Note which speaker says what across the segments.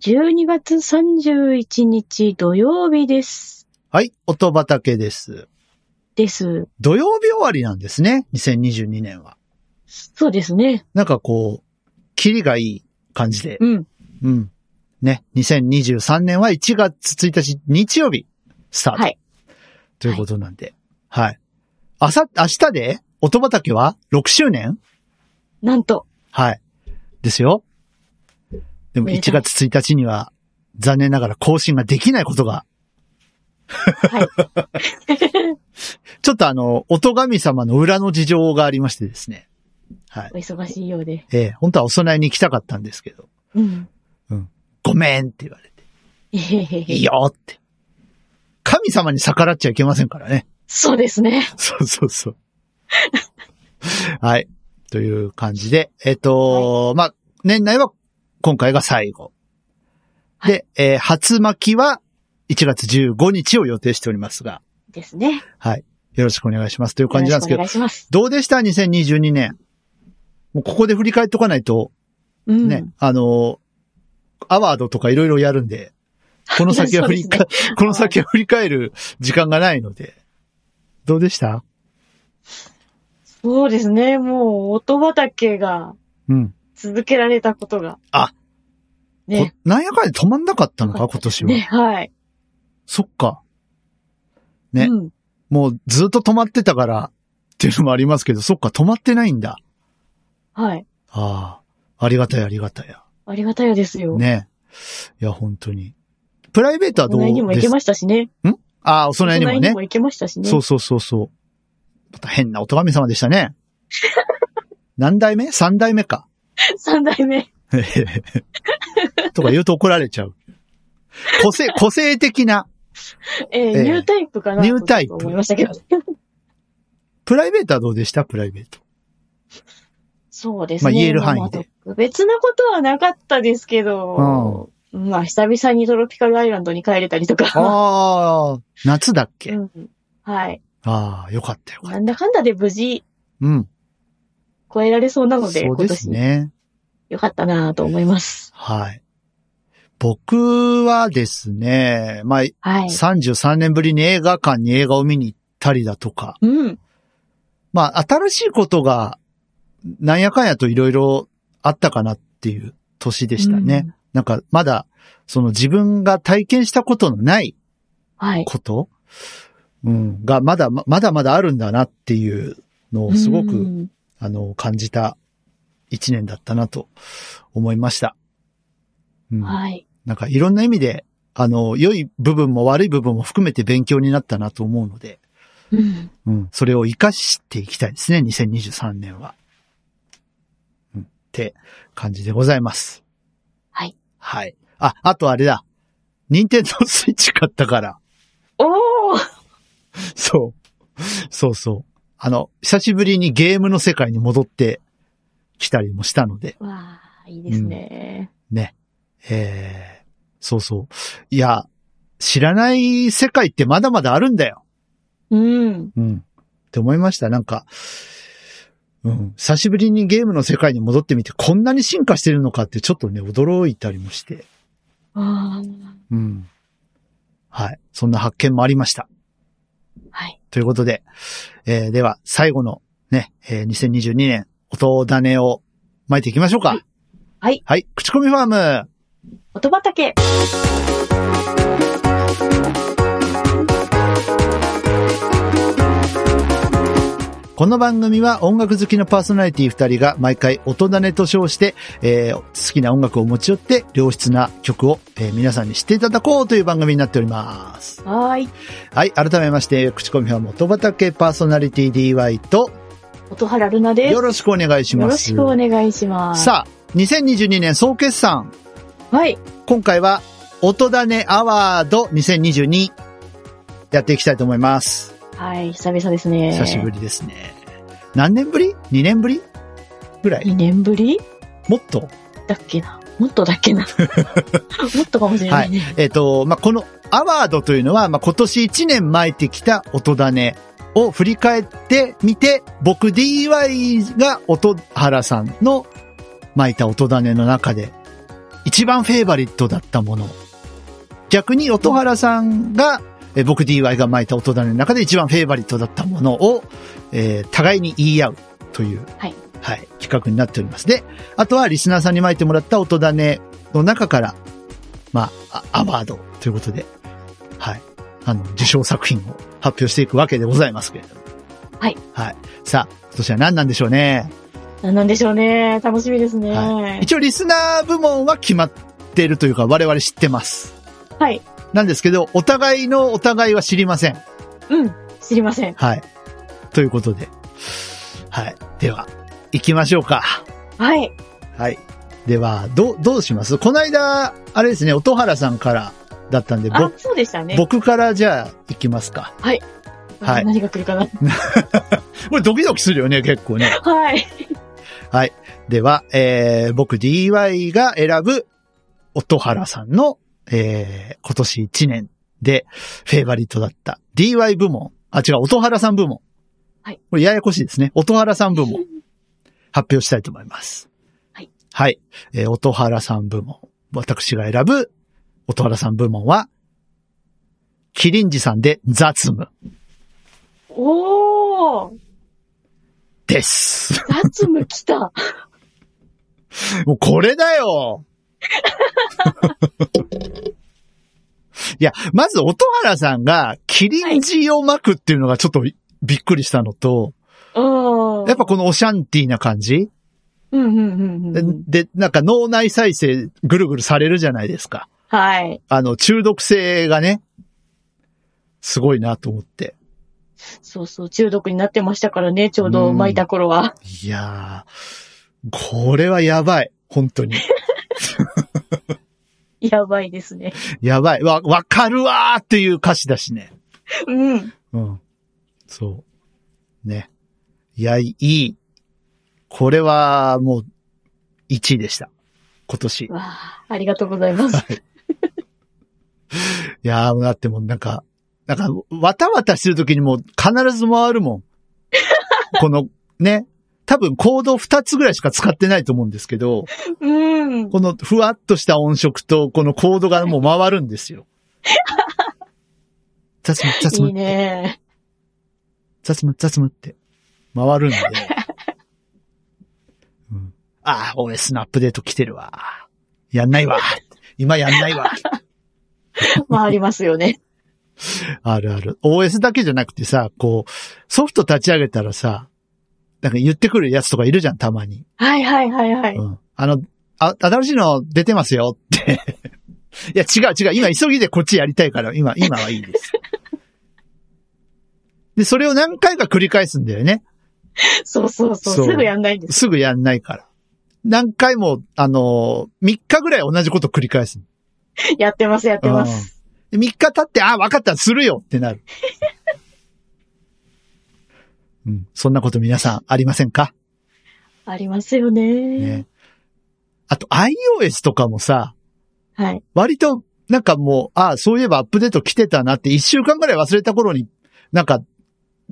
Speaker 1: 12月31日土曜日です。
Speaker 2: はい、音畑です。
Speaker 1: です。
Speaker 2: 土曜日終わりなんですね、2022年は。
Speaker 1: そうですね。
Speaker 2: なんかこう、キリがいい感じで。
Speaker 1: うん。
Speaker 2: うん。ね、2023年は1月1日日曜日、スタート。
Speaker 1: はい
Speaker 2: ということなんで。はい。あさ、明日で、音畑は6周年
Speaker 1: なんと、
Speaker 2: はい。ですよ。でも
Speaker 1: めでた
Speaker 2: 1
Speaker 1: い
Speaker 2: 月1日には、残念ながら更新ができないことが。
Speaker 1: はい。
Speaker 2: ちょっとあの、音神様の裏の事情がありましてですね。はい
Speaker 1: お。忙しいようで。
Speaker 2: ええ本当はお供えに行きたかったんですけど、
Speaker 1: うん。
Speaker 2: ごめんって言われて、
Speaker 1: えへへ
Speaker 2: いい
Speaker 1: へ。
Speaker 2: よって。神様に逆らっちゃいけませんからね。
Speaker 1: そうですね。
Speaker 2: そうそうそう。はい。という感じで、えっ、と、まあ、年内は今回が最後。
Speaker 1: はい
Speaker 2: で、えー初巻きは1月15日を予定しておりますが、
Speaker 1: ですね。
Speaker 2: よろしくお願いしますという感じなんですけ
Speaker 1: よ
Speaker 2: ど
Speaker 1: ろ、しくお願いします。
Speaker 2: どうでした ?2022 年。もうここで振り返っとかないと、
Speaker 1: うん。
Speaker 2: ね、あの、アワードとかいろいろやるんで、この先 は
Speaker 1: そうで
Speaker 2: 振り
Speaker 1: すね
Speaker 2: か、この先は振り返る時間がないので、どうでした
Speaker 1: そうですね。もう、音畑が
Speaker 2: うん。
Speaker 1: 続けられたことが。
Speaker 2: あ。こ
Speaker 1: ね。
Speaker 2: なんやかんや止まんなかったのか、今年は。
Speaker 1: ね、はい。
Speaker 2: そっか。ね
Speaker 1: うん。
Speaker 2: もうずっと止まってたからっていうのもありますけど、そっか、止まってないんだ。
Speaker 1: はい。
Speaker 2: ああ。ありがたい、ありがたいや。
Speaker 1: ありがたいですよ。
Speaker 2: ね。いや、本当に。プライベートは
Speaker 1: お
Speaker 2: どう
Speaker 1: 供えにも
Speaker 2: で
Speaker 1: 行
Speaker 2: す
Speaker 1: け
Speaker 2: か
Speaker 1: ましたしね。
Speaker 2: ああ、お供えにも
Speaker 1: お供え
Speaker 2: ね。
Speaker 1: 行けましたしね。
Speaker 2: そうそうそうそう。また変なお神様でしたね。 何代目三代目か。
Speaker 1: 三代目。
Speaker 2: とか言うと怒られちゃう。個性、個性的な、
Speaker 1: え
Speaker 2: ええ
Speaker 1: ー、ニュータイプかな
Speaker 2: ニュータイプ
Speaker 1: ちょっと思いましたけど。
Speaker 2: プライベートはどうでしたプライ ベート。
Speaker 1: そうですね。
Speaker 2: まあ言える範囲で
Speaker 1: まあ。特別なことはなかったですけど、まあ、久々にトロピカルアイランドに帰れたりとか。
Speaker 2: ああ、夏だっ け、
Speaker 1: うんはい。
Speaker 2: ああ、よかったよかった。
Speaker 1: なんだかんだで無事
Speaker 2: うん。
Speaker 1: 超えられそうなので、
Speaker 2: そうですね。
Speaker 1: 今年よかったなと思います。
Speaker 2: はい。僕はですね、まあ、
Speaker 1: はい。
Speaker 2: 33年ぶりに映画館に映画を見に行ったりだとか、
Speaker 1: うん。
Speaker 2: まあ、新しいことが、なんやかんやといろいろあったかなっていう年でしたね。
Speaker 1: うん
Speaker 2: なんか、まだ、その自分が体験したことのない
Speaker 1: はい。
Speaker 2: こと、うん、が、まだ、ままだまだあるんだなっていうのをすご
Speaker 1: う
Speaker 2: く、
Speaker 1: ん
Speaker 2: あの、感じた一年だったなと思いました。うん。
Speaker 1: はい。
Speaker 2: なんかいろんな意味で、あの、良い部分も悪い部分も含めて勉強になったなと思うので、
Speaker 1: うん。
Speaker 2: うん。それを活かしていきたいですね、2023年は。うん。って感じでございます。
Speaker 1: はい。
Speaker 2: はい。あ、あとあれだ。任天堂スイッチ買ったから。
Speaker 1: おー
Speaker 2: そう。そうそう。あの、久しぶりにゲームの世界に戻ってきたりもしたので、
Speaker 1: わあ、いいですね。
Speaker 2: ね。えー、そうそう。いや、知らない世界ってまだまだあるんだよ。
Speaker 1: うん。
Speaker 2: うん。って思いました。なんか、うん。久しぶりにゲームの世界に戻ってみて、こんなに進化してるのかってちょっとね、驚いたりもして。
Speaker 1: あ
Speaker 2: うん。はい。そんな発見もありました。
Speaker 1: ーはい。
Speaker 2: ということで、えー、では、最後のね、えー、2022年、音種を巻いていきましょうか。
Speaker 1: はい。
Speaker 2: はい。口コミファーム。
Speaker 1: 音畑。
Speaker 2: この番組は音楽好きのパーソナリティ二人が毎回音種と称して、えー好きな音楽を持ち寄って良質な曲を、えー皆さんに知っていただこうという番組になっております。
Speaker 1: はーい。
Speaker 2: はい、改めまして、口コミは元畑パーソナリティ DY と
Speaker 1: 音原ルナです。
Speaker 2: よろしくお願いし
Speaker 1: よ
Speaker 2: ま
Speaker 1: ろ
Speaker 2: す。
Speaker 1: しくお願いします。
Speaker 2: さあ、2022年総決算。
Speaker 1: はい。
Speaker 2: 今回は音種アワード2022やっていきたいと思います。
Speaker 1: はい、久々ですね。
Speaker 2: 久しぶりですね。何年ぶり ?2 年ぶりぐらい
Speaker 1: 2年ぶり
Speaker 2: もっと
Speaker 1: だっけな。もっとだっ けな。もっとかもしれないね。
Speaker 2: えっ、と、まあ、このアワードというのは、まあ、今年1年巻いてきた音種を振り返ってみて、僕 DY が音原さんの巻いた音種の中で一番フェイバリットだったもの。逆に、音原さんが、えー僕 DY が巻いた音種の中で一番フェイバリットだったものを、えー互いに言い合うという、
Speaker 1: はい
Speaker 2: はい、企画になっております。で、あとはリスナーさんに巻いてもらった音種の中から、まあ、あアワードということで、はい、あの、受賞作品を発表していくわけでございますけれども。
Speaker 1: はい。
Speaker 2: はい。さあ、今年は何なんでしょうね。
Speaker 1: 何なんでしょうね。楽しみですね。
Speaker 2: は一応リスナー部門は決まってるというか我々知ってます。
Speaker 1: はい。
Speaker 2: なんですけど、お互いのお互いは知りません。
Speaker 1: うん。知りません。
Speaker 2: はい。ということで。はい。では、行きましょうか。
Speaker 1: はい。
Speaker 2: はい。では、どう、どうしますこの間、あれですね、音原さんからだったんで、ぼ
Speaker 1: あ、そうでしたね。
Speaker 2: 僕からじゃあ行きますか。はい
Speaker 1: あ何が来るかな。
Speaker 2: これドキドキするよね、結構 ね。
Speaker 1: はい。
Speaker 2: では、えー、僕 DY が選ぶ、音原さんの、えー、今年1年で、フェイバリットだった DY 部門。あ、違う、音原さん部門。
Speaker 1: はい。
Speaker 2: これややこしいですね。音原さん部門。 発表したいと思います。
Speaker 1: はい。
Speaker 2: はい。えー、音原さん部門。私が選ぶ、音原さん部門は、キリンジさんで雑務
Speaker 1: おー、
Speaker 2: です。
Speaker 1: 雑務来た。
Speaker 2: もうこれだよ いや、まず、音原さんが、キリンジを巻くっていうのがちょっとびっくりしたのと、
Speaker 1: うん。
Speaker 2: やっぱ、このオシャンティーな感じ、
Speaker 1: うんうんうんうん。
Speaker 2: で、なんか脳内再生ぐるぐるされるじゃないですか。
Speaker 1: はい。
Speaker 2: あの、中毒性がね、すごいなと思って。
Speaker 1: そうそう、中毒になってましたからね、ちょうど巻いた頃は。
Speaker 2: いやー、これはやばい。本当に。
Speaker 1: やばいですね。
Speaker 2: やばい。わ、わかるわーっていう歌詞だしね。
Speaker 1: うん。
Speaker 2: うん。そう。ね。いや、いい。これは、もう、1位でした。今年。い
Speaker 1: わあ、ありがとうござい ます。
Speaker 2: やー、だってもうなんか、なんか、わたわたしてる時にもう必ず回るも ん。この、ね。多分コード2つぐらいしか使ってないと思うんですけど、
Speaker 1: うん。
Speaker 2: このふわっとした音色と、このコードがもう回るんです よ。雑務、雑
Speaker 1: いい
Speaker 2: 務、
Speaker 1: ね。
Speaker 2: 雑務、雑務って回 るんで。うん、ああ、俺スナップデート来てるわ。やんないわ。今やんないわ。
Speaker 1: 回りますよね。
Speaker 2: あるある。OS だけじゃなくてさ、こう、ソフト立ち上げたらさ、なんか言ってくるやつとかいるじゃん、たまに。
Speaker 1: はいはいはいはい。
Speaker 2: うん。あの、あ、新しいの出てますよって。いや、違う違う。今急ぎでこっちやりたいから、今、今はいい です。で、それを何回か繰り返すんだよね。
Speaker 1: そうそうそう。
Speaker 2: そう
Speaker 1: すぐやんないんです。
Speaker 2: すぐやんないから。何回も、あのー、3日ぐらい同じこと繰り返す。
Speaker 1: やってますやってます。
Speaker 2: で3日経って、あ、分かった、するよってなる。 うん、そんなこと皆さんありませんか
Speaker 1: ありますよね。
Speaker 2: ね。あと iOS とかもさ、
Speaker 1: はい。
Speaker 2: 割となんかもう、あ、そういえばアップデート来てたなって1週間ぐらい忘れた頃に、なんか、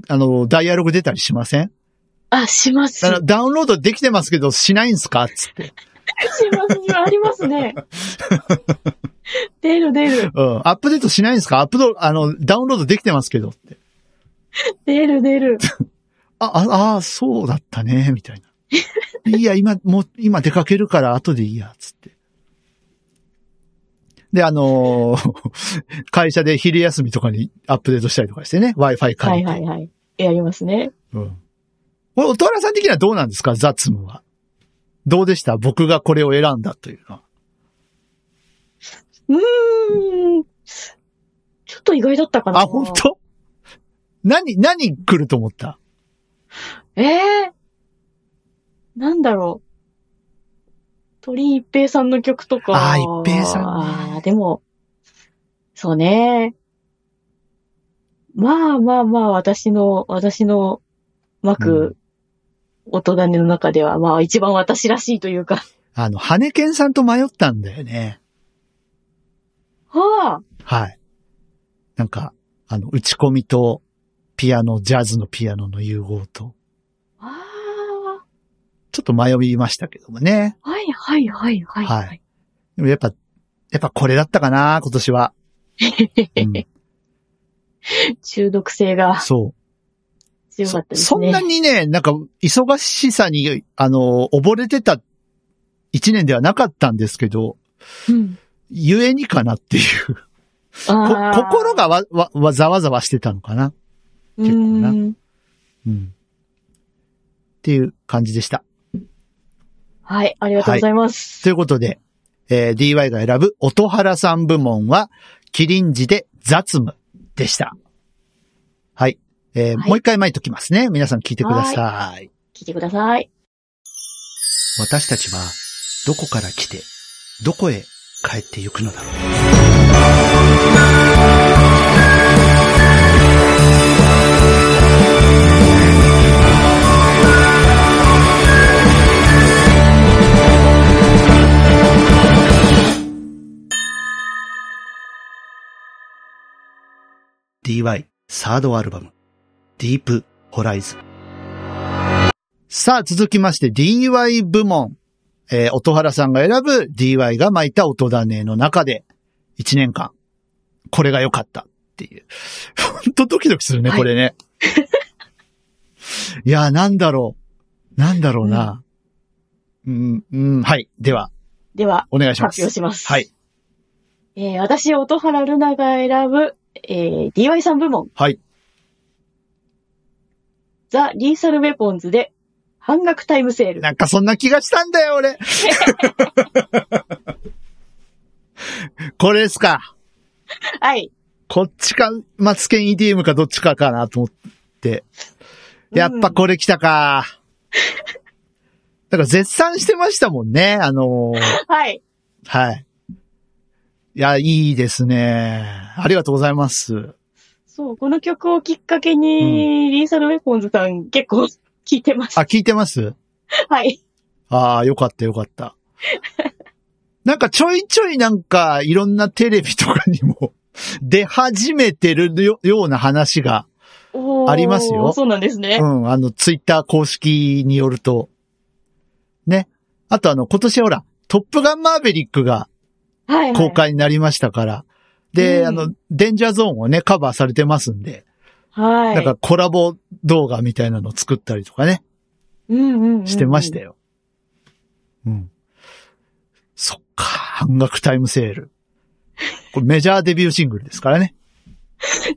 Speaker 2: あの、ダイアログ出たりしません
Speaker 1: あ、します。し
Speaker 2: あ
Speaker 1: ま
Speaker 2: のダウンロードできてますけど、しないんすかつって。
Speaker 1: す。ありますね。出る出る。
Speaker 2: うん。アップデートしないんすかアップド、あの、ダウンロードできてますけどって。
Speaker 1: 出る出る。
Speaker 2: あ、あ、あーそうだったね、みたいな。 いや、今、もう、今出かけるから後でいいや、つって。で、あのー 会社で昼休みとかにアップデートしたりとかしてね、
Speaker 1: は
Speaker 2: Wi-Fi
Speaker 1: い
Speaker 2: 借りて。
Speaker 1: はいはい。やりますね。
Speaker 2: うん。これ、おとらさん的にはどうなんですかザッツムは。どうでした僕がこれを選んだというのは。
Speaker 1: うーん。ちょっと意外だったかな。
Speaker 2: あ、本当何、何来ると思った
Speaker 1: ええなんだろう。鳥一平さんの曲とか。
Speaker 2: あー一平さんね
Speaker 1: あーでも、そうね。まあまあまあ、私の、私の巻く音種の中では、まあ一番私らしいというか。
Speaker 2: あの、羽根健さんと迷ったんだよね。
Speaker 1: はあ、
Speaker 2: はい。なんか、あの、打ち込みと、ピアノ、ジャズのピアノの融合と、
Speaker 1: あ
Speaker 2: ちょっと迷いましたけどもね。
Speaker 1: あ、はいはいはいはい。
Speaker 2: はいでもやっぱ、やっぱこれだったかな、今 年は。うん
Speaker 1: 中毒性が
Speaker 2: そう。
Speaker 1: 強か
Speaker 2: そ
Speaker 1: ったですね。
Speaker 2: そんなにね、なんか、忙しさに、あの、溺れてた一年ではなかったんですけど、
Speaker 1: うん
Speaker 2: ゆえにかなっていう。こ
Speaker 1: あー
Speaker 2: 心がわ、わ、わざわざわしてたのかな。結構な
Speaker 1: うん
Speaker 2: うん。っていう感じでした。
Speaker 1: はい、ありがとうございます。
Speaker 2: ということで、えー DY が選ぶ音原さん部門は、キリンジで雑務でした。はい。えー
Speaker 1: はい
Speaker 2: もう一回巻いときますね。皆さん聞いてください。
Speaker 1: 聞いてください。
Speaker 2: 私たちは、どこから来て、どこへ帰ってゆくのだろう。DY サードアルバム、ディープホライズン。さあ、続きまして DY 部門。えー、音原さんが選ぶ DY が巻いた音種の中で、1年間、これが良かったっていう。ほんとドキドキするね、
Speaker 1: はい
Speaker 2: これ ね。いやー、なんだろう。なんだろうな。うん、うん、はい。では、
Speaker 1: では、
Speaker 2: お願いします。
Speaker 1: 発表します。
Speaker 2: はい。。
Speaker 1: えー、私、音原ルナが選ぶ、えー、DY さん部門、
Speaker 2: はい。
Speaker 1: ザ・リーサル・ウェポンズで、半額タイムセール。
Speaker 2: なんかそんな気がしたんだよ、俺。これですか。
Speaker 1: はい。
Speaker 2: こっちか、マツケン EDM かどっちかかなと思って。やっぱこれ来たか。だから絶賛してましたもんね。あのー
Speaker 1: はい。
Speaker 2: はい。いや、いいですね。ありがとうございます。
Speaker 1: そう、この曲をきっかけに、リーサル・ウェポンズさん結構聴いてまし
Speaker 2: あ、
Speaker 1: た。
Speaker 2: 聞いてます
Speaker 1: はい。
Speaker 2: ああ、よかったよかった。 なんかちょいちょいなんかいろんなテレビとかにも 出始めてるよような話が、
Speaker 1: おー
Speaker 2: ありますよ
Speaker 1: そうなんですね。
Speaker 2: うん、あのツイッター公式によると、ね。あとあの今年ほら、トップガンマーベリックが
Speaker 1: はい、はい。
Speaker 2: 公開になりましたから、で、
Speaker 1: うん
Speaker 2: あの、デンジャーゾーンをね、カバーされてますんで、
Speaker 1: はい。
Speaker 2: なんかコラボ動画みたいなのを作ったりとかね、
Speaker 1: うんうんうんうん
Speaker 2: してました。よ。うんそっか、半額タイムセール。これメジャーデビューシングルですからね。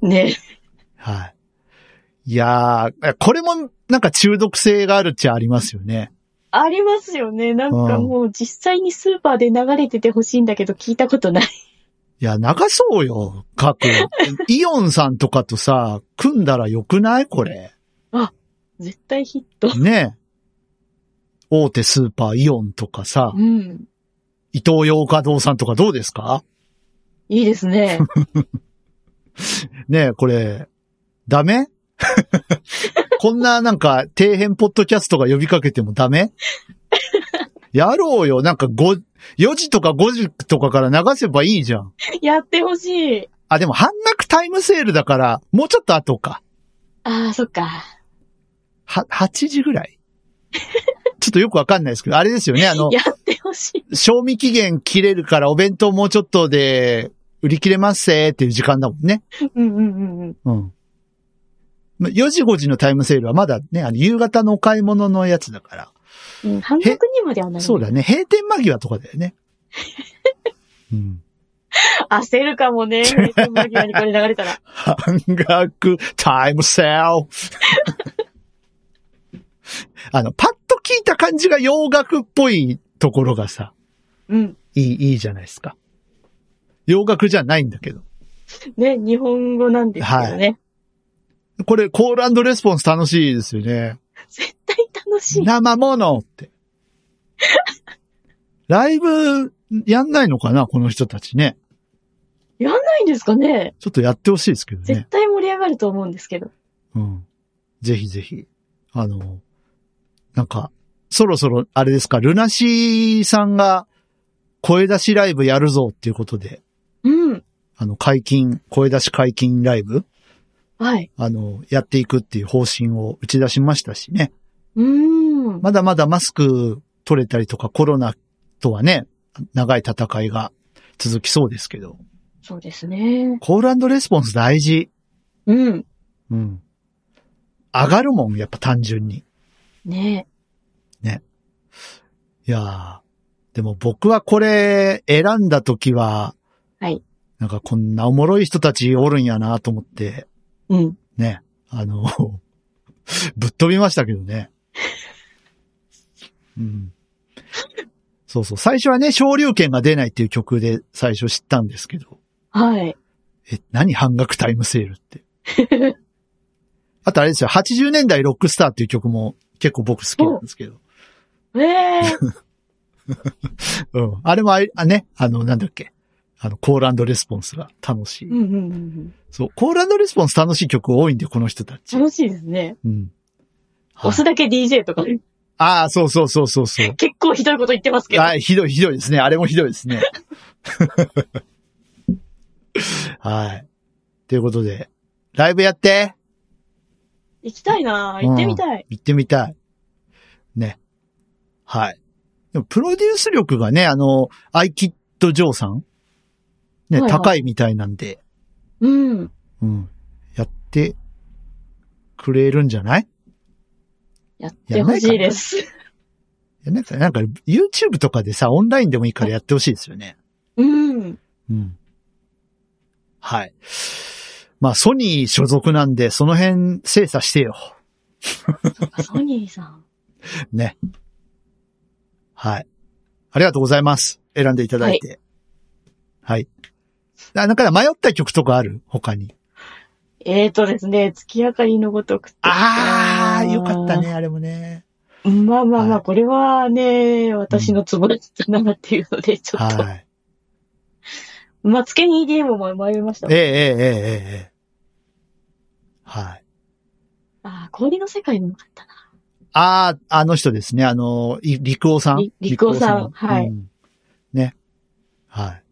Speaker 1: ね。
Speaker 2: はい。いやー、これもなんか中毒性があるっちゃありますよね。
Speaker 1: ありますよね。なんかもう実際にスーパーで流れててほしいんだけど聞いたことない。
Speaker 2: いや、流そうよ、各。 イオンさんとかとさ、組んだらよくないこれ。
Speaker 1: 絶対ヒット。
Speaker 2: ね。大手スーパーイオンとかさ、
Speaker 1: うん。
Speaker 2: 伊東洋華堂さんとかどうですか
Speaker 1: いいですね。
Speaker 2: ねえ、これ、ダメ こんななんか、底辺ポッドキャストが呼びかけてもダメ やろうよ。なんか5、4時とか5時とかから流せばいいじゃん。
Speaker 1: やってほしい。
Speaker 2: あ、でも半額タイムセールだから、もうちょっと後か。
Speaker 1: ああ、そっか。
Speaker 2: は、8時ぐらい ちょっとよくわかんないですけど、あれですよね。あの、
Speaker 1: やってほしい。
Speaker 2: 賞味期限切れるからお弁当もうちょっとで売り切れますせーっていう時間だもんね。
Speaker 1: うんうんうんうん。
Speaker 2: うん。まあ4時5時のタイムセールはまだね、あの、夕方のお買い物のやつだか
Speaker 1: うん、半額にまではな
Speaker 2: ら。
Speaker 1: い。
Speaker 2: そうだね。閉店間際とかだよね。うん。
Speaker 1: 焦るか もね。閉店間際にこれ流れたら。
Speaker 2: 半額タイムセール。 あの、パッと聞いた感じが洋楽っぽいところがさ、
Speaker 1: うん。
Speaker 2: いい、いいじゃないですか。洋楽じゃないんだけど。
Speaker 1: ね、日本語なんですけどね。
Speaker 2: これ、コールレスポンス楽しいですよね。
Speaker 1: 絶対楽しい。
Speaker 2: 生ものって。ライブ、やんないのかなこの人たちね。
Speaker 1: やんないんですかね
Speaker 2: ちょっとやってほしいですけど
Speaker 1: 絶
Speaker 2: ね。
Speaker 1: 対盛り上がると思うんですけど。
Speaker 2: うん。ぜひぜひ。あの、なんか、そろそろ、あれですか、ルナシーさんが、声出しライブやるぞっていうことで、
Speaker 1: うん。
Speaker 2: あの、解禁、声出し解禁ライブ、
Speaker 1: はい。
Speaker 2: あの、やっていくっていう方針を打ち出しましたしね。
Speaker 1: うーん。
Speaker 2: まだまだマスク取れたりとかコロナとはね、長い戦いが続きそうですけど。
Speaker 1: そうですね。
Speaker 2: コールレスポンス大事。
Speaker 1: うん。
Speaker 2: うん。上がるもん、やっぱ単純に。
Speaker 1: ね
Speaker 2: いやーでも僕はこれ選んだ時は、
Speaker 1: はい。
Speaker 2: なんかこんなおもろい人たちおるんやなと思って、
Speaker 1: うん。
Speaker 2: ね。あの、 ぶっ飛びましたけどね。うん。そうそう。最初はね、昇竜拳が出ないっていう曲で最初知ったんですけど。
Speaker 1: はい。
Speaker 2: え、何半額タイムセールって。あとあれですよ、80年代ロックスターっていう曲も結構僕好きなんですけど。
Speaker 1: ええ
Speaker 2: うん。あれもあい、あね、あの、なんだっけ。あの、コールレスポンスが楽しい。
Speaker 1: うんうんうんうん。
Speaker 2: そう、コールレスポンス楽しい曲多いんで、この人た ち。
Speaker 1: 楽しいですね。
Speaker 2: うん。はい
Speaker 1: 押すだけ DJ とか、結
Speaker 2: ああ、そうそうそうそうそう。
Speaker 1: 構ひどいこと言ってますけど。
Speaker 2: はい、ひどい、ひどいですね。あれもひどいで すね。はい。ということで、ライブやって
Speaker 1: 行きたいなぁ行ってみたい。
Speaker 2: 行ってみたい。ね。はい。でも、プロデュース力がね、あの、アイキッドジョーさんね、
Speaker 1: はいはい
Speaker 2: 高いみたいなんで、
Speaker 1: うん。
Speaker 2: うん。やってくれるんじゃない
Speaker 1: やってほしいです。
Speaker 2: いやなんか、なんか、YouTube とかでさ、オンラインでもいいからやってほしいですよね。
Speaker 1: うん。
Speaker 2: うん。はい。まあ、ソニー所属なんで、その辺精査してよ。
Speaker 1: あソニーさん。
Speaker 2: はい。ありがとうございます。選んでいただいて。はい。あ、だから迷った曲とかある他に。
Speaker 1: えーとですね、月明かりのごとくって。
Speaker 2: あー、
Speaker 1: ー
Speaker 2: よかったね、あれもね。
Speaker 1: まあまあま
Speaker 2: は
Speaker 1: あ、
Speaker 2: い
Speaker 1: これはね、私のツボだったなっていうので、ちょっと。
Speaker 2: はい。
Speaker 1: まあ、つけに EDM も迷いました
Speaker 2: ええ。ええええええ。はい。
Speaker 1: ああ、氷の世界もよかったな。
Speaker 2: あー、あの人ですね。あの、い陸王さん
Speaker 1: り。陸王さんはい
Speaker 2: うんね。はい。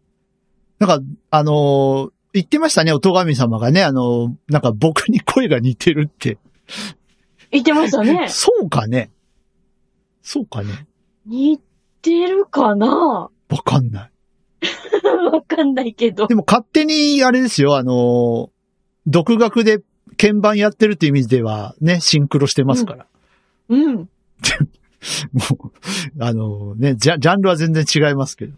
Speaker 2: なんか、あのー言ってましたね、おとがみ様がね、あのーなんか僕に声が似てるって。。
Speaker 1: 言ってましたね
Speaker 2: そうかね。そうかね。
Speaker 1: 似てるかな
Speaker 2: わかんない。
Speaker 1: わかんないけど。
Speaker 2: でも勝手に、あれですよ、あのー独学で鍵盤やってるっていう意味では、ね、シンクロしてますから。
Speaker 1: うん。
Speaker 2: もう、あのーね、ジャ、ジャンルは全然違いますけど。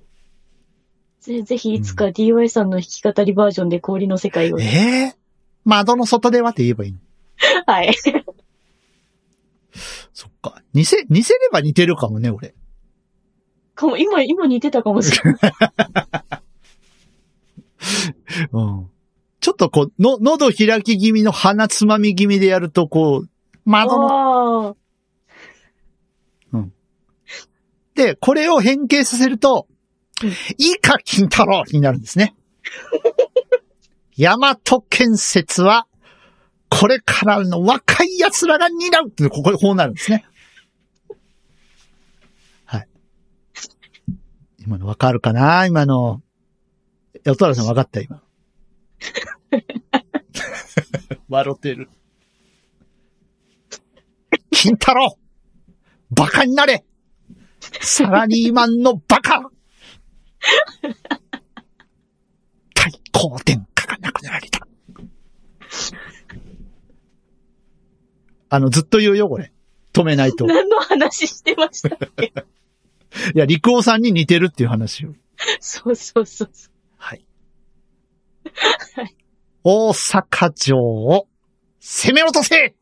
Speaker 1: ぜぜひいつか DOA さんの弾き語りバージョンで氷の世界を。
Speaker 2: ええ窓の外ではって言えばいいの
Speaker 1: はい。
Speaker 2: そっか。似せ、似せれば似てるかもね、俺。
Speaker 1: かも、今、今似てたかもしれない。
Speaker 2: うん。ちょっとこう、の、喉開き気味の鼻つまみ気味でやると、こう、窓の、
Speaker 1: ああ。
Speaker 2: で、これを変形させると
Speaker 1: うん、
Speaker 2: いいか、金太郎になるんですね。大和建設は、これからの若い奴らが担うって、ここでこうなるんですね。はい。今のわかるかな今の。えおとらさんわかった今。 笑ってる。金太郎バカになれサラリーマンのバカ対抗電化がなくなりた。あの、ずっと言うよ、これ。止めないと。い
Speaker 1: 何の話してましたっ け
Speaker 2: や、陸王さんに似てるっていう話を。
Speaker 1: そうそうそうそう。
Speaker 2: はい。大阪城を攻め落とせ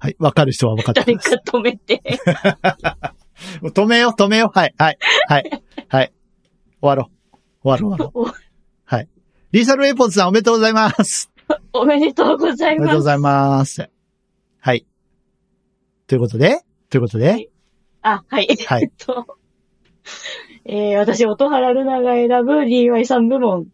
Speaker 2: はい、わかる人はわかってく
Speaker 1: 誰
Speaker 2: だ
Speaker 1: か
Speaker 2: さい。
Speaker 1: 止めて。
Speaker 2: もう止めよう、止めよう。はい、はい、はい、はい。終わろう。終わろう、終わろう。リーサルエイポーズさんおめでとうございます。
Speaker 1: おめでとうござい
Speaker 2: おめで
Speaker 1: ます
Speaker 2: とうご。ざいます。はい。ということで、ということで、
Speaker 1: はいあ、はい。
Speaker 2: はい
Speaker 1: えっと、えー、私、音原ルナが選ぶ DY さん部門、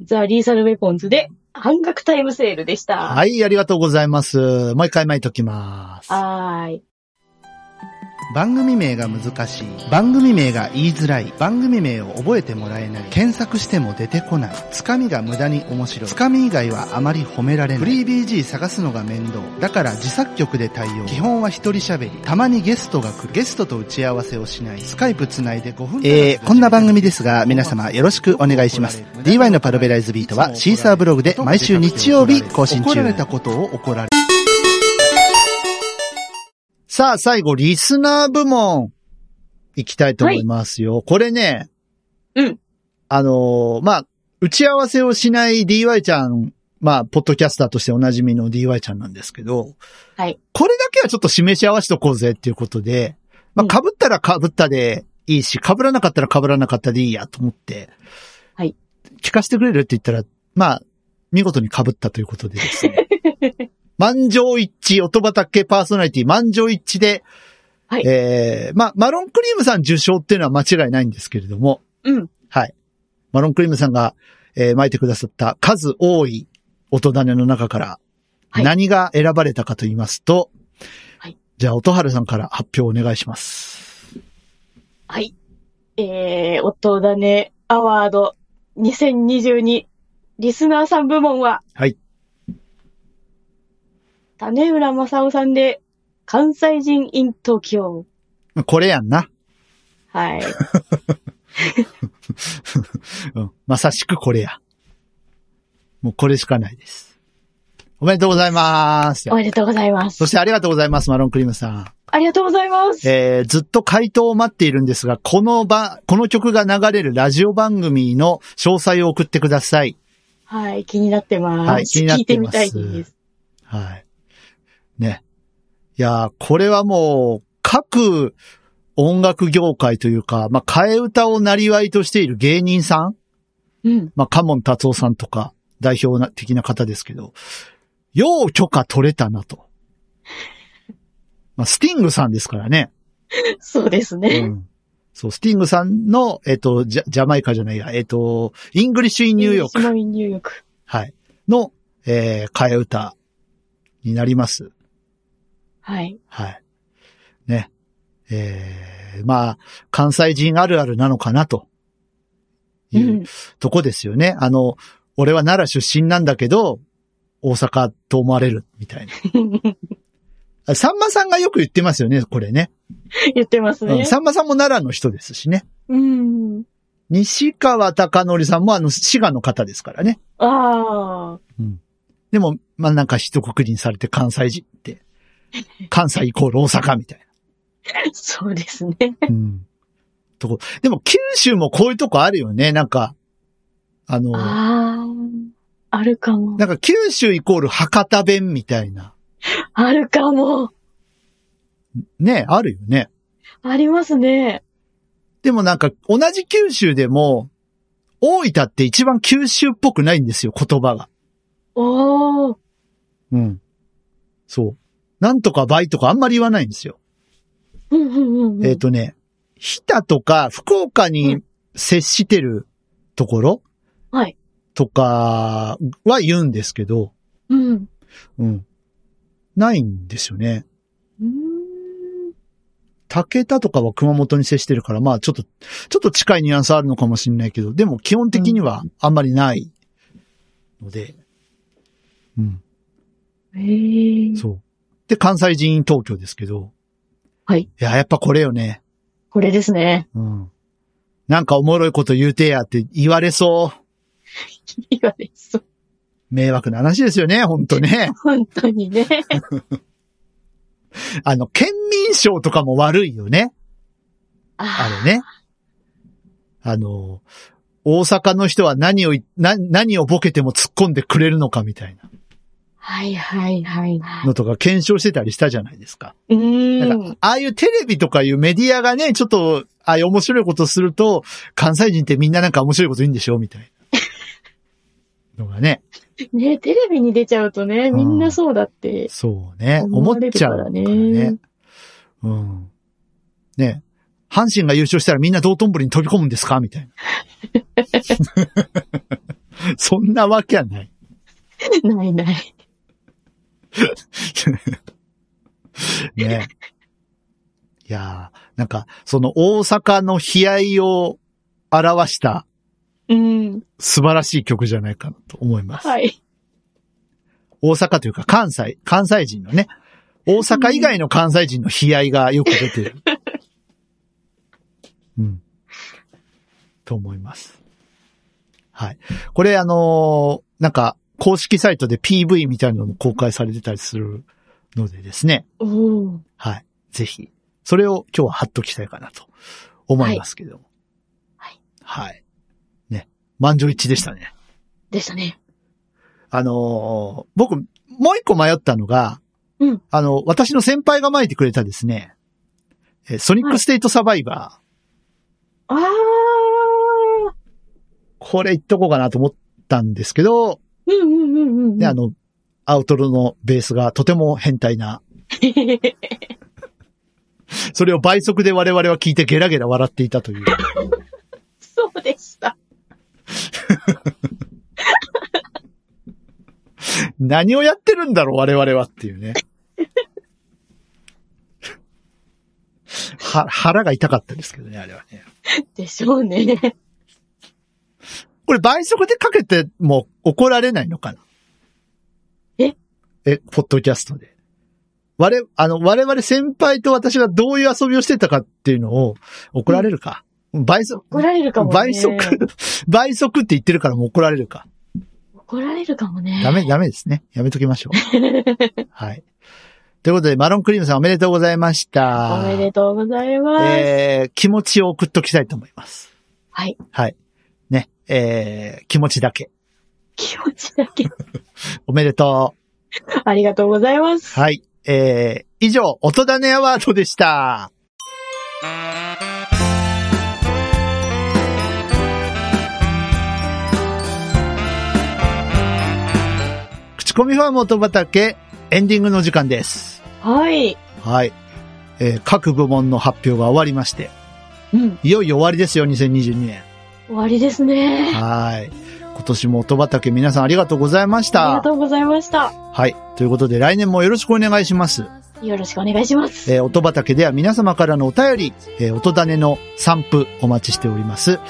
Speaker 1: ザ・リーサル・ウェポンズで、半額タイムセールでした。
Speaker 2: はい、ありがとうございます。もう一回巻いときます。
Speaker 1: はーい。
Speaker 2: 番組名が難しい。番組名が言いづらい。番組名を覚えてもらえない。検索しても出てこない。つかみが無駄に面白い。つかみ以外はあまり褒められない。フリー BG 探すのが面倒。だから自作曲で対応。基本は一人喋り。たまにゲストが来る。ゲストと打ち合わせをしない。スカイプつないで5分えー、こんな番組ですが、皆様よろしくお願いします。DY のパルベライズビートはシーサーブログで毎週日曜日更新中。
Speaker 3: 怒られたことを怒られる。
Speaker 2: さあ、最後、リスナー部門、行きたいと思いますよ。これね。
Speaker 1: うん。
Speaker 2: あのーまあ、打ち合わせをしない DY ちゃん、まあ、ポッドキャスターとしておなじみの DY ちゃんなんですけど、
Speaker 1: はい。
Speaker 2: これだけはちょっと示し合わせとこうぜっていうことで、ま
Speaker 1: う
Speaker 2: あ、
Speaker 1: ん
Speaker 2: 被ったら被ったでいいし、被らなかったら被らなかったでいいやと思って、
Speaker 1: はい。
Speaker 2: 聞かせてくれるって言ったら、まあ、見事に被ったということでで すね。満場一致、音畑パーソナリティ満場一致で、
Speaker 1: はい
Speaker 2: えー、まあ、マロンクリームさん受賞っていうのは間違いないんですけれども、
Speaker 1: うん。
Speaker 2: はい。マロンクリームさんが、えー巻いてくださった数多い音種の中から、
Speaker 1: はい
Speaker 2: 何が選ばれたかと言いますと、
Speaker 1: はい
Speaker 2: じゃあ、音春さんから発表お願いします。
Speaker 1: はい。えー、音だねアワード2022リスナーさん部門は、
Speaker 2: はい。
Speaker 1: 種浦正夫さんで、関西人 in 東京。
Speaker 2: これやんな。
Speaker 1: はい。
Speaker 2: うん。まさしくこれや。もうこれしかないです。おめでとうございます
Speaker 1: お。めでとうございます
Speaker 2: そ。してありがとうございます、マロンクリームさん。
Speaker 1: ありがとうございます。
Speaker 2: えーずっと回答を待っているんですが、このば、この曲が流れるラジオ番組の詳細を送ってください。
Speaker 1: はい、気になってます。
Speaker 2: はい気になってます
Speaker 1: 聞いてみたいです。
Speaker 2: はい。ね。いやーこれはもう、各音楽業界というか、まあ、替え歌をなりわいとしている芸人さん
Speaker 1: うん。
Speaker 2: まあ、カモン達夫さんとか、代表な的な方ですけど、よう許可取れたなと。まあ、スティングさんですからね。
Speaker 1: そうです
Speaker 2: う
Speaker 1: ね。
Speaker 2: んそう、スティングさんの、えっと、ジャジャマイカじゃないや、えっと、イングリッシュ・イン・ニューヨー
Speaker 1: イギリス
Speaker 2: ク、
Speaker 1: のニューヨーク。
Speaker 2: はい、の、えー、替え歌になります。
Speaker 1: はい。
Speaker 2: はい。ね。えー、まあ、関西人あるあるなのかな、と
Speaker 1: う。
Speaker 2: いうんとこですよね。あの、俺は奈良出身なんだけど、大阪と思われる、みたいなあ。さんまさんがよく言ってますよね、これね。
Speaker 1: 言ってます
Speaker 2: う
Speaker 1: ね
Speaker 2: ん、。さんまさんも奈良の人ですしね。
Speaker 1: うん。
Speaker 2: 西川貴則さんもあの、滋賀の方ですからね。
Speaker 1: ああ。
Speaker 2: でも、まあ、なんか一括りにされて関西人って、関西イコール大阪みたい
Speaker 1: そうですね。
Speaker 2: な。うん。とこ。でも、九州もこういうとこあるよね。なんか、あの、な
Speaker 1: ああ。あるかも。
Speaker 2: んか九州イコール博多弁みたいな。
Speaker 1: あるかも。
Speaker 2: ね、あるよね。
Speaker 1: ありますね。
Speaker 2: でもなんか、同じ九州でも、大分って一番九州っぽくないんですよ、言葉が。
Speaker 1: おー。
Speaker 2: うん。そう。なんとか倍とかあんまり言わないんですよ。
Speaker 1: うんうんうんうん。
Speaker 2: えっ、とね、日田とか福岡
Speaker 1: う
Speaker 2: に接してるところ
Speaker 1: はい。
Speaker 2: とかは言うんですけど、
Speaker 1: うん。
Speaker 2: うん。ないんですよね。
Speaker 1: うーん
Speaker 2: 竹田とかは熊本に接してるから、まあちょっと、ちょっと近いニュアンスあるのかもしれないけど、でも基本的にはあんまりないので、うん、
Speaker 1: ええ。
Speaker 2: そう。で、関西人東京ですけど、
Speaker 1: はい
Speaker 2: いや、やっぱこれよね。
Speaker 1: これですね。
Speaker 2: うん。なんかおもろいこと言うてやって言われそう。
Speaker 1: 言われそう。
Speaker 2: 迷惑な話ですよね、本当 ね。
Speaker 1: 本当に ね。
Speaker 2: あの、県民賞とかも悪いよね。あ
Speaker 1: あ
Speaker 2: れね。あの、大阪の人は何をい、な、何をボケても突っ込んでくれるのかみたい
Speaker 1: ーはいはいはい
Speaker 2: な
Speaker 1: は
Speaker 2: のとか検証してたりしたじゃないですか。
Speaker 1: い。う
Speaker 2: だか
Speaker 1: ー
Speaker 2: ら
Speaker 1: ん。
Speaker 2: ああいうテレビとかいうメディアがね、ちょっと、ああいう面白いことすると、関西人ってみんななんか面白いこといいんでしょみたいな。のがね、
Speaker 1: ねテレビに出ちゃうとね、みんなそうだって。
Speaker 2: そうね、
Speaker 1: 思
Speaker 2: 思
Speaker 1: わ
Speaker 2: っ
Speaker 1: れる
Speaker 2: ち
Speaker 1: か
Speaker 2: ゃうからら
Speaker 1: ね
Speaker 2: ね。うん。ね阪神が優勝したらみんな道頓堀に飛び込むんですかみたいな。 そんなわけはない。
Speaker 1: ないない。
Speaker 2: ねいやーなんか、その大阪の悲哀を表した
Speaker 1: うん。
Speaker 2: 素晴らしい曲じゃないかなと思います。
Speaker 1: はい。
Speaker 2: 大阪というか関西、関西人のね、大阪以外の関西人の悲哀がよく出てる。うん。と思います。はい。これあのーなんか、公式サイトで PV みたいなのも公開されてたりするのでですね。
Speaker 1: おー
Speaker 2: はい。ぜひ。それを今日は貼っときたいかなと思いますけども。
Speaker 1: はい。
Speaker 2: はい。ね。満場一致でしたね。
Speaker 1: でしたね。
Speaker 2: あのー僕、もう一個迷ったのが、
Speaker 1: うん
Speaker 2: あの、私の先輩が巻いてくれたですね、えーソニックステートサバイバー。
Speaker 1: あー。
Speaker 2: これ言っとこうかなと思ったんですけど、
Speaker 1: うんうんうんうんうん。
Speaker 2: ね、あの、アウトロのベースがとても変態な、それを倍速で我々は聞いてゲラゲラ笑っていた という。
Speaker 1: そうでした。
Speaker 2: 何をやってるんだろう、我々はってい うね。は、腹が痛かったですけどね、あれはね。
Speaker 1: でしょうね。
Speaker 2: これ倍速でかけても怒られないのかな
Speaker 1: え
Speaker 2: え、ポッドキャストで。我、あの、我々先輩と私がどういう遊びをしてたかっていうのを怒られるか。倍速、
Speaker 1: 怒られるかもね。
Speaker 2: 倍速、 倍速って言ってるからもう怒られるか。
Speaker 1: 怒られるかもね。
Speaker 2: ダメ、ダメですね。やめときましょ う。はい。ということで、マロンクリームさんおめでとうございました。
Speaker 1: おめでとうございます。
Speaker 2: えー、気持ちを送っときたいと思います。
Speaker 1: はい。
Speaker 2: はい。ね、えー、気持ちだけ。
Speaker 1: 気持ちだけ。
Speaker 2: おめでと
Speaker 1: ありがとうございます。
Speaker 2: う。はい。えー、以上、音種アワードでした。口コミファーム音畑、エンディングの時間です。
Speaker 1: はい。
Speaker 2: はい。えー、各部門の発表が終わりまして、
Speaker 1: うん。
Speaker 2: いよいよ終わりですよ、2022年。
Speaker 1: 終わりですね。
Speaker 2: はい。今年も音畑皆さんありがとうございまし
Speaker 1: あり
Speaker 2: た
Speaker 1: が。とうございました。
Speaker 2: はい。ということで来年もよろしくお願いします。
Speaker 1: よろしくお願いします。
Speaker 2: えー音畑では皆様からのお便り、えー音種の散布お待ちしております。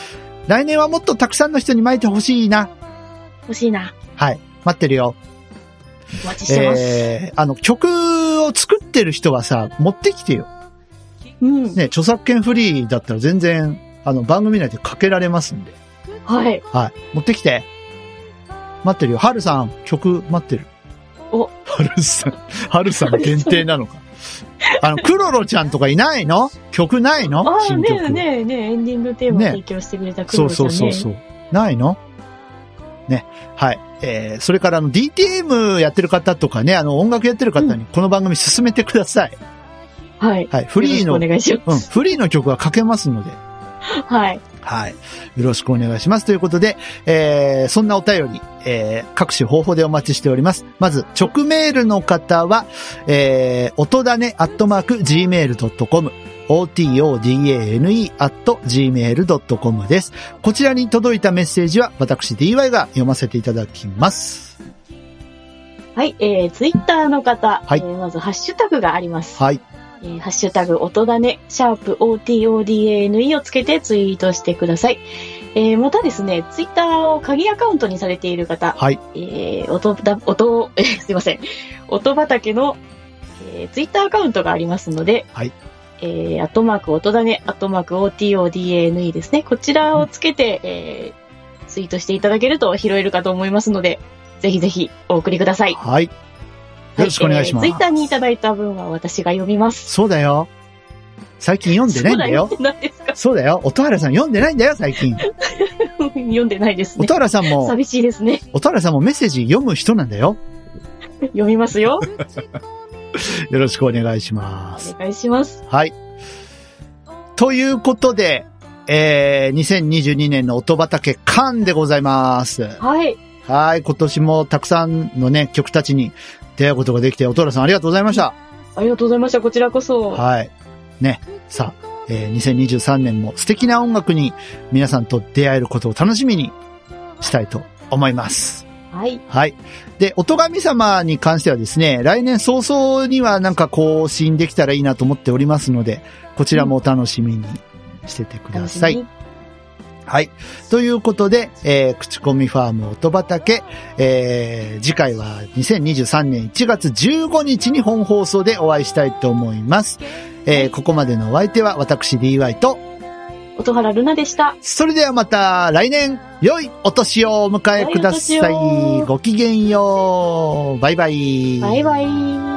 Speaker 2: 来年はもっとたくさんの人に巻いてほしいな。
Speaker 1: 欲しいな。
Speaker 2: はい。待ってるよ。
Speaker 1: お待ちしてます。
Speaker 2: えー、あの、曲を作ってる人はさ、持ってきてよ。
Speaker 1: うん。
Speaker 2: ね、著作権フリーだったら全然、あの、番組内でかけられますんで。
Speaker 1: はい。
Speaker 2: はい。持ってきて。待ってるよ。はるさん、曲待ってる。
Speaker 1: お
Speaker 2: はるさん、はるさん限定なのか。あの、クロロちゃんとかいないの曲ないの
Speaker 1: ああ、
Speaker 2: 新
Speaker 1: ね
Speaker 2: 曲。
Speaker 1: えねえねえ、エンディングテーマ
Speaker 2: ね
Speaker 1: 提供してくれたク
Speaker 2: そ
Speaker 1: ロ
Speaker 2: う
Speaker 1: ちゃ
Speaker 2: そ
Speaker 1: ん
Speaker 2: う
Speaker 1: ね。
Speaker 2: そうそう。ないのね。はい。えー、それからあの DTM やってる方とかね、あの音楽やってる方にこの番組進めてください。
Speaker 1: はい。
Speaker 2: はい。フリー
Speaker 1: よ
Speaker 2: の、
Speaker 1: ろしくお願いし
Speaker 2: う
Speaker 1: ま
Speaker 2: ん、
Speaker 1: す。
Speaker 2: フリーの曲はかけますので。
Speaker 1: はい。
Speaker 2: はい。よろしくお願いします。ということで、えー、そんなお便り、えー、各種方法でお待ちしております。まず、直メールの方は、えー、音だね、アットマーク、gmail.com、otodane, アット、gmail.com です。こちらに届いたメッセージは、私、DY が読ませていただきます。
Speaker 1: はい。えー、ツイッターの方。
Speaker 2: はい
Speaker 1: えーまず、ハッシュタグがあります。
Speaker 2: はい。
Speaker 1: えーハッシュタグ、音だね、シャープ OTODANE をつけてツイートしてください。えーまたですね、ツイッターを鍵アカウントにされている方、
Speaker 2: はい。
Speaker 1: えー音だ、音、えーすいません、音畑の、えーツイッターアカウントがありますので、
Speaker 2: はい。
Speaker 1: えー、アットマーク音だね、アットマーク OTODANE ですね。こちらをつけて、えーツイートしていただけると拾えるかと思いますので、ぜひぜひお送りください。よ
Speaker 2: はい。よろしくお願いします。
Speaker 1: ツイッター Twitter にいただいた分は私が読みます。
Speaker 2: そうだよ。最近読んでないんだよ。
Speaker 1: そうなんですか
Speaker 2: そうだよ。音原さん読んでないんだよ、最近。
Speaker 1: 読んでないですね
Speaker 2: 音。原さんも、
Speaker 1: 寂しいですね。
Speaker 2: おたらさんもメッセージ読む人なんだよ。
Speaker 1: 読みますよ。
Speaker 2: よろしくお願いします。
Speaker 1: お願いします。
Speaker 2: はい。ということで、えー、2022年の音畑館でございます。
Speaker 1: はい。
Speaker 2: はい、今年もたくさんのね、曲たちに出会うことができて、おたらさんありがとうございました。
Speaker 1: ありがとうございました。こちらこそ。は
Speaker 2: はい。ね、さあ、えー、2023年も素敵な音楽に皆さんと出会えることを楽しみにしたいと思います。
Speaker 1: い。
Speaker 2: はい。で、お神様に関してはですね、来年早々にはなんか更新できたらいいなと思っておりますので、こちらもお楽しみにしててくだ
Speaker 1: 楽し
Speaker 2: さい。
Speaker 1: みに。
Speaker 2: はい。ということで、えー、口コミファーム音畑、えー、次回は2023年1月15日に本放送でお会いしたいと思います。えー、ここまでのお相手は私 DY と、
Speaker 1: 音原ルナでした。
Speaker 2: それではまた来年、良いお年をお迎えくださ
Speaker 1: 良いお年
Speaker 2: い。
Speaker 1: を
Speaker 2: ごきげんよう。バイバイ。
Speaker 1: バイバイ。